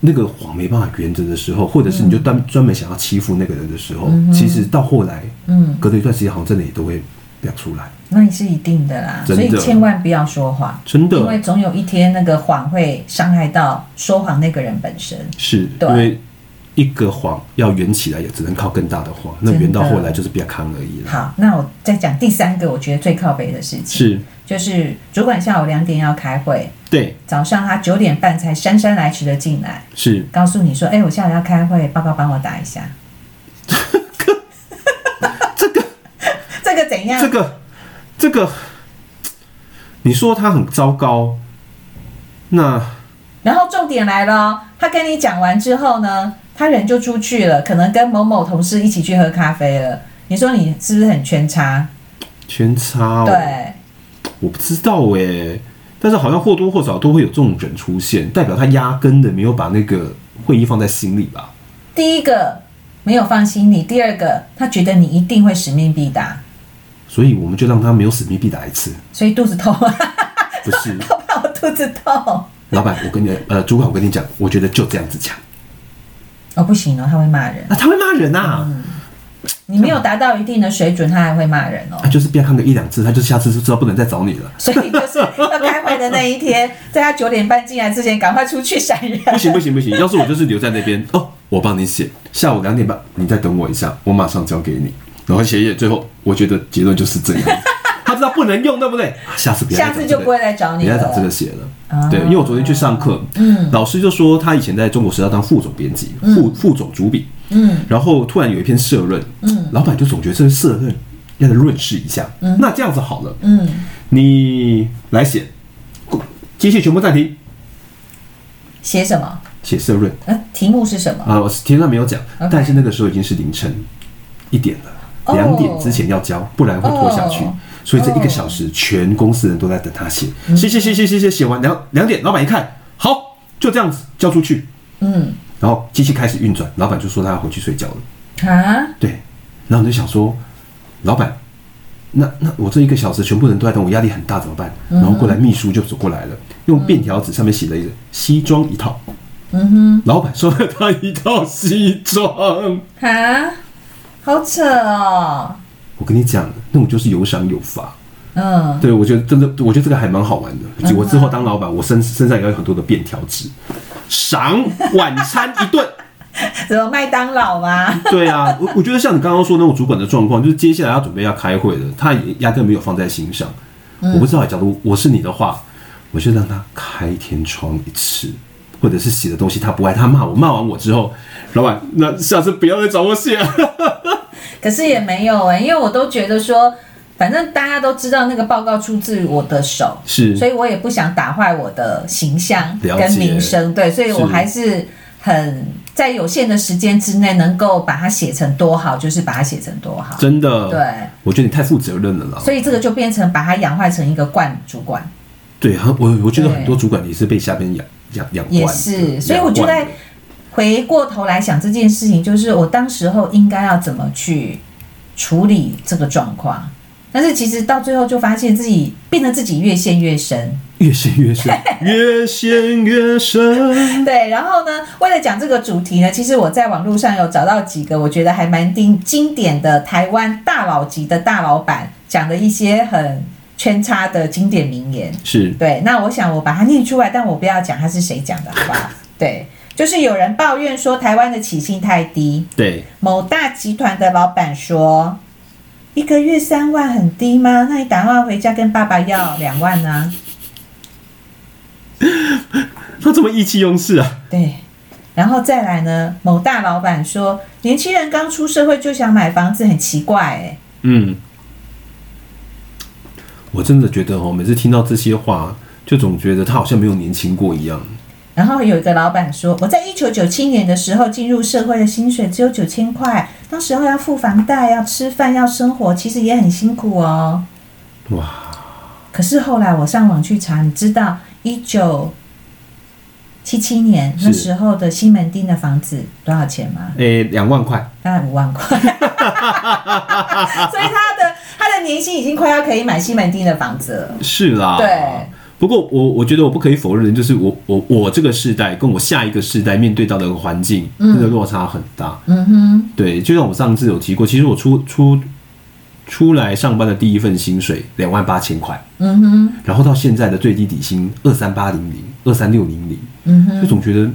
S2: 那个谎没办法圆着的时候，或者是你就
S1: 嗯
S2: 专专门想要欺负那个人的时候，其实到后来，
S1: 嗯，
S2: 隔了一段时间，好像真的也都会表出来，
S1: 那也是一定的啦，
S2: 真
S1: 所
S2: 的
S1: 以千万不要说谎，
S2: 真
S1: 因为
S2: 的
S1: 总有一天那个谎会伤害到说谎那个人本身。
S2: 是
S1: 对
S2: 因为一个谎要圆起来，也只能靠更大的谎，那
S1: 真的
S2: 圆到后来就是比较康而已了。
S1: 好，那我再讲第三个，我觉得最靠北的事情，
S2: 是
S1: 就是主管下午两点要开会，
S2: 对，
S1: 早上他九点半才姗姗来迟的进来，
S2: 是
S1: 告诉你说：“哎、我下午要开会，报告帮我打一 下。
S2: 这个
S1: 这个怎样？
S2: 这个这个，你说他很糟糕，那
S1: 然后重点来了哦，他跟你讲完之后呢，他人就出去了，可能跟某某同事一起去喝咖啡了。你说你是不是很圈差？
S2: 全差哦。
S1: 对，
S2: 我不知道哎、但是好像或多或少都会有这种人出现，代表他压根的没有把那个会议放在心里吧？
S1: 第一个没有放心你，第二个他觉得你一定会使命必达，
S2: 所以我们就让他没有死命必打一次，
S1: 所以肚子痛 啊，
S2: 不是？
S1: 都怕我肚子痛。
S2: 老板，我跟你呃，主管，我跟你讲，我觉得就这样子讲
S1: 哦，不行哦，他会骂人。
S2: 啊，他会骂人啊，
S1: 你没有达到一定的水准，他还会骂 人哦。
S2: 啊，就是不要看个一两次，他就下次就知道不能再找你了。
S1: 所以就是要开会的那一天，在他九点半进来之前，赶快出去闪人。
S2: 不行不行不行，要是我就是留在那边哦，我帮你写，下午两点半你再等我一下，我马上交给你，然后写一写，最后我觉得结论就是这样。 他知道不能用，对不对？下次不要再
S1: 下
S2: 找这
S1: 次
S2: 个，
S1: 就不会来找你
S2: 人家找这个
S1: 了。哦
S2: 写了。
S1: 啊
S2: 对，因为我昨天去上课，
S1: 嗯
S2: 老师就说他以前在中国时报当副总编辑，副副总主笔，
S1: 嗯
S2: 然后突然有一篇社论，
S1: 嗯
S2: 老板就总觉得这是社论，要来论释一下。那这样子好了，
S1: 嗯，
S2: 你来写，机器全部暂停，
S1: 写什么？
S2: 写社论
S1: 呃，题目是什么？
S2: 啊，我题上没有讲
S1: OK，
S2: 但是那个时候已经是凌晨一点
S1: 哦
S2: 了，两点之前要交，不然会拖下去
S1: 哦。嗯
S2: 所以这一个小时，全公司人都在等他写，写写写写写写，写完两两点，老板一看，好，就这样子交出去。
S1: 嗯
S2: 然后机器开始运转，老板就说他要回去睡觉了。
S1: 啊，
S2: 对，然后我就想说，老板，那那我这一个小时全部人都在等我，压力很大，怎么办？然后过来秘书就走过来了，用便条纸上面写了一个西装一套。嗯哼，老板送了他一套西装。
S1: 啊，好扯哦。
S2: 我跟你讲，那种就是有赏有罚。
S1: 嗯，
S2: 对，我觉得真的，我觉得这个还蛮好玩的。我之后当老板，我身身上也要有很多的便条纸，赏晚餐一顿。
S1: 什么麦当劳吗？
S2: 对啊，我我觉得像你刚刚说那种主管的状况，就是接下来要准备要开会的，他也压根没有放在心上。
S1: 嗯
S2: 我不知道，假如我是你的话，我就让他开天窗一次，或者是写的东西他不爱，他骂我，骂完我之后，老板，那下次不要再找我写了。
S1: 可是也没有哎、因为我都觉得说，反正大家都知道那个报告出自我的手，
S2: 是
S1: 所以我也不想打坏我的形象
S2: 了
S1: 跟
S2: 解
S1: 名声，对，所以我
S2: 是
S1: 还是很在有限的时间之内能够把它写成多好，就是把它写成多好，
S2: 真的，
S1: 对，
S2: 我觉得你太负责任了啦。
S1: 所以这个就变成把它养坏成一个惯主管，
S2: 对，很我我觉得
S1: 对
S2: 很多主管也是被下边养养养惯的，
S1: 也是，所以
S2: 养
S1: 我就
S2: 惯
S1: 在
S2: 的
S1: 回过头来想这件事情，就是我当时候应该要怎么去处理这个状况。但是其实到最后就发现自己变得自己越陷越深，
S2: 越陷 越深，越陷越深。
S1: 对，然后呢，为了讲这个主题呢，其实我在网络上有找到几个我觉得还蛮经经典的台湾大佬级的大老板讲的一些很圈叉的经典名言。
S2: 是
S1: 对，那我想我把它念出来，但我不要讲它是谁讲的，好不好？对，就是有人抱怨说台湾的起薪太低，
S2: 对，
S1: 某大集团的老板说。一个月三万很低吗？那你打电话回家跟爸爸要两万啊呢、
S2: 他怎么意气用事啊？
S1: 对，然后再来呢，某大老板说，年轻人刚出社会就想买房子，很奇怪哎、
S2: 嗯，我真的觉得哦，每次听到这些话，就总觉得他好像没有年轻过一样。
S1: 然后有一个老板说，我在一九九七年的时候进入社会的薪水只有九千块，当时候要付房贷、要吃饭、要生活，其实也很辛苦哦。
S2: 哇，
S1: 可是后来我上网去查，你知道一九七七年
S2: 是
S1: 那时候的西门町的房子多少钱吗？
S2: 诶，哎两万块，
S1: 大概五 万块，所以他的他的年薪已经快要可以买西门町的房子了。
S2: 是啦，
S1: 对。
S2: 不过我我觉得我不可以否认，就是我我我这个世代跟我下一个世代面对到的环境，真的落差很大。
S1: 嗯哼，
S2: 对，就像我上次有提过，其实我出出出来上班的第一份薪水两万八千块，
S1: 嗯哼，
S2: 然后到现在的最低底薪二三八零零、二三六零零，
S1: 嗯哼，
S2: 就总觉得呃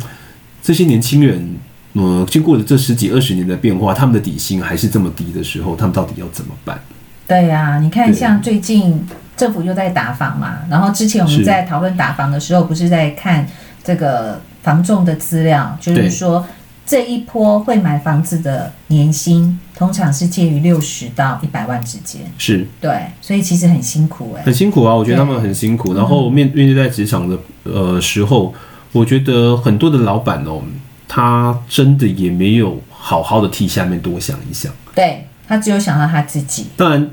S2: 这些年轻人，呃，经过了这十几二十年的变化，他们的底薪还是这么低的时候，他们到底要怎么办？
S1: 对呀、你看
S2: 对
S1: 像最近政府又在打房嘛，然后之前我们
S2: 是
S1: 在讨论打房的时候，不是在看这个房仲的资料，就是
S2: 对
S1: 说这一波会买房子的年薪通常是介于六十到一百万之间，
S2: 是
S1: 对，所以其实很辛苦哎、
S2: 很辛苦啊，我觉得他们很辛苦。然
S1: 嗯
S2: 后面面对在职场的呃时候，我觉得很多的老板哦，他真的也没有好好的替下面多想一想。
S1: 对他只有想到他自己，
S2: 当然，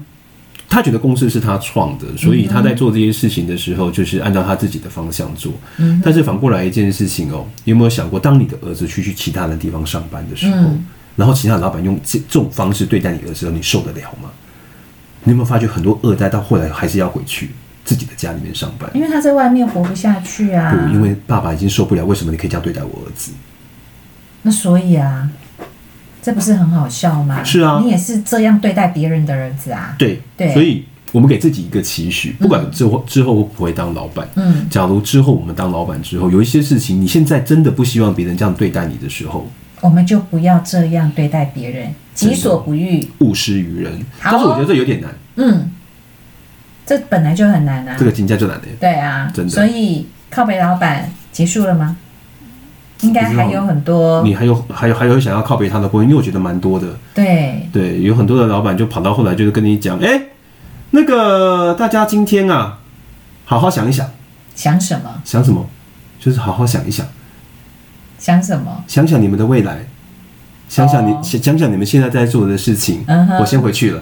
S2: 他觉得公司是他创的，所以他在做这些事情的时候，就是按照他自己的方向做。
S1: 嗯
S2: 但是反过来一件事情哦，你有没有想过，当你的儿子去去其他的地方上班的时候，
S1: 嗯
S2: 然后其他的老板用这这种方式对待你儿子的时候，你受得了吗？你有没有发觉很多二代到后来还是要回去自己的家里面上班？
S1: 因为他在外面活不下去啊，
S2: 不，因为爸爸已经受不了，为什么你可以这样对待我儿子？
S1: 那所以啊，这不是很好笑吗？
S2: 是啊
S1: 你也是这样对待别人的儿子啊，
S2: 对，
S1: 对
S2: 所以我们给自己一个期许，不管之后之后会不会当老板，
S1: 嗯，
S2: 假如之后我们当老板之后，有一些事情你现在真的不希望别人这样对待你的时候，
S1: 我们就不要这样对待别人，己所不欲。
S2: 勿施于人。
S1: 好哦
S2: 但是我觉得这有点难，
S1: 嗯，这本来就很难啊。
S2: 这个竞价就难了。
S1: 对啊，
S2: 真的
S1: 所以靠北老板结束了吗？应该还有很多
S2: 你还有还有还有想要靠北他的婚姻，因为我觉得蛮多的。
S1: 对，
S2: 对，有很多的老板就跑到后来就是跟你讲，哎、那个大家今天啊，好好想一想，
S1: 想什么
S2: 想什么？就是好好想一想，
S1: 想什么，
S2: 想想你们的未来，想想你、
S1: 哦
S2: 想想想你们现在在做的事情。
S1: 嗯哼
S2: 我先回去了。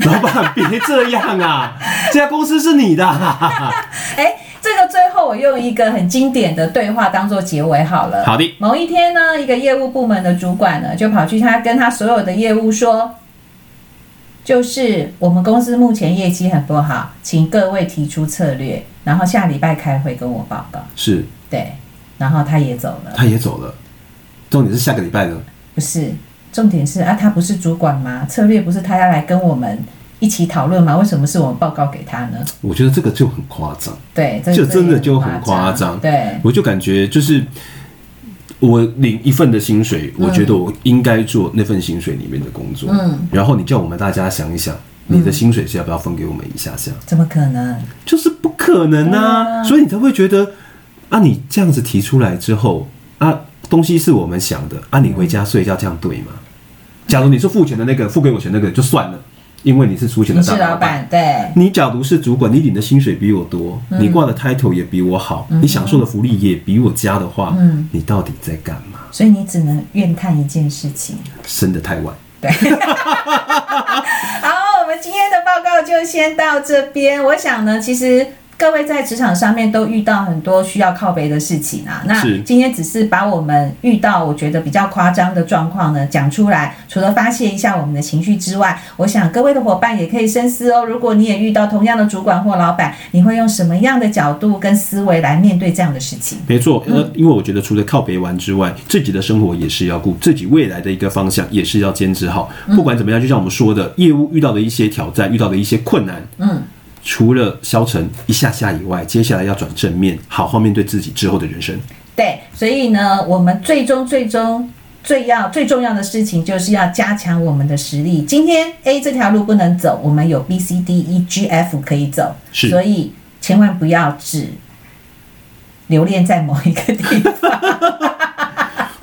S2: 老板，别这样啊！这家公司是你的、啊。
S1: 哎，这个最后我用一个很经典的对话当做结尾好了。
S2: 好的
S1: 某一天呢，一个业务部门的主管呢，就跑去他跟他所有的业务说，就是我们公司目前业绩很不好，请各位提出策略，然后下礼拜开会跟我报告。
S2: 是，
S1: 对，然后他也走了。
S2: 他也走了。重点是下个礼拜呢，
S1: 不是，重点是啊，他不是主管吗？策略不是他要来跟我们一起讨论吗？为什么是我们报告给他呢？
S2: 我觉得这个就很夸张，
S1: 对，这
S2: 这真的
S1: 也
S2: 就很夸张
S1: 对，
S2: 我就感觉就是我领一份的薪水，我觉得我应该做那份薪水里面的工作。
S1: 嗯，
S2: 然后你叫我们大家想一想，你的薪水是要不要分给我们一下下？
S1: 怎么可能？
S2: 就是不可能啊，所以你才会觉得啊，你这样子提出来之后啊，东西是我们想的啊，你回家睡觉这样对吗？假如你是付钱的那个，付给我钱那个就算了，因为你是出钱
S1: 你
S2: 的
S1: 是
S2: 大
S1: 老
S2: 老板。
S1: 板，对，
S2: 你假如是主管，你领的薪水比我多，
S1: 嗯
S2: 你挂的 title 也比我好，你享受的福利也比我佳的话，
S1: 嗯
S2: 你到底在干嘛？
S1: 所以你只能怨叹一件事情。
S2: 生的太晚。
S1: 好，我们今天的报告就先到这边。我想呢，其实。各位在职场上面都遇到很多需要靠背的事情啊，那
S2: 是
S1: 今天只是把我们遇到我觉得比较夸张的状况呢讲出来，除了发泄一下我们的情绪之外，我想各位的伙伴也可以深思哦。如果你也遇到同样的主管或老板，你会用什么样的角度跟思维来面对这样的事情？
S2: 没错，呃，因为我觉得除了靠北玩之外，自己的生活也是要顾，自己未来的一个方向也是要坚持好。
S1: 嗯
S2: 不管怎么样，就像我们说的，业务遇到的一些挑战，遇到的一些困难，
S1: 嗯，
S2: 除了消沉一下下以外，接下来要转正面，好好面对自己之后的人生。
S1: 对，所以呢，我们最终最终最要最重要的事情就是要加强我们的实力。今天 A 这条路不能走，我们有 B、C、D、E、G、F 可以走，
S2: 是
S1: 所以千万不要只留恋在某一个地方。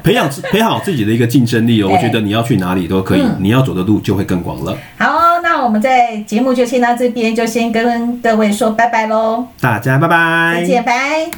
S2: 培养自培养好自己的一个竞争力哦，
S1: 对嗯
S2: 我觉得你要去哪里都可以，你要走的路就会更广了。
S1: 好哦、那我们在节目就先到这边，就先跟各位说拜拜喽，
S2: 大家拜拜，
S1: 再见，拜。